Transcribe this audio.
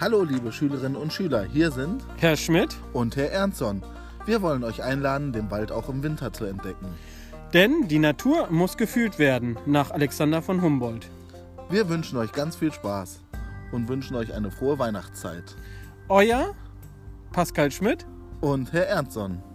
Hallo liebe Schülerinnen und Schüler, hier sind Herr Schmidt, und Herr Ernstson. Wir wollen euch einladen, den Wald auch im Winter zu entdecken. denn die Natur muss gefühlt werden, nach Alexander von Humboldt. Wir wünschen euch ganz viel Spaß und wünschen euch eine frohe Weihnachtszeit. Euer Pascal Schmidt Und Herr Ernstson.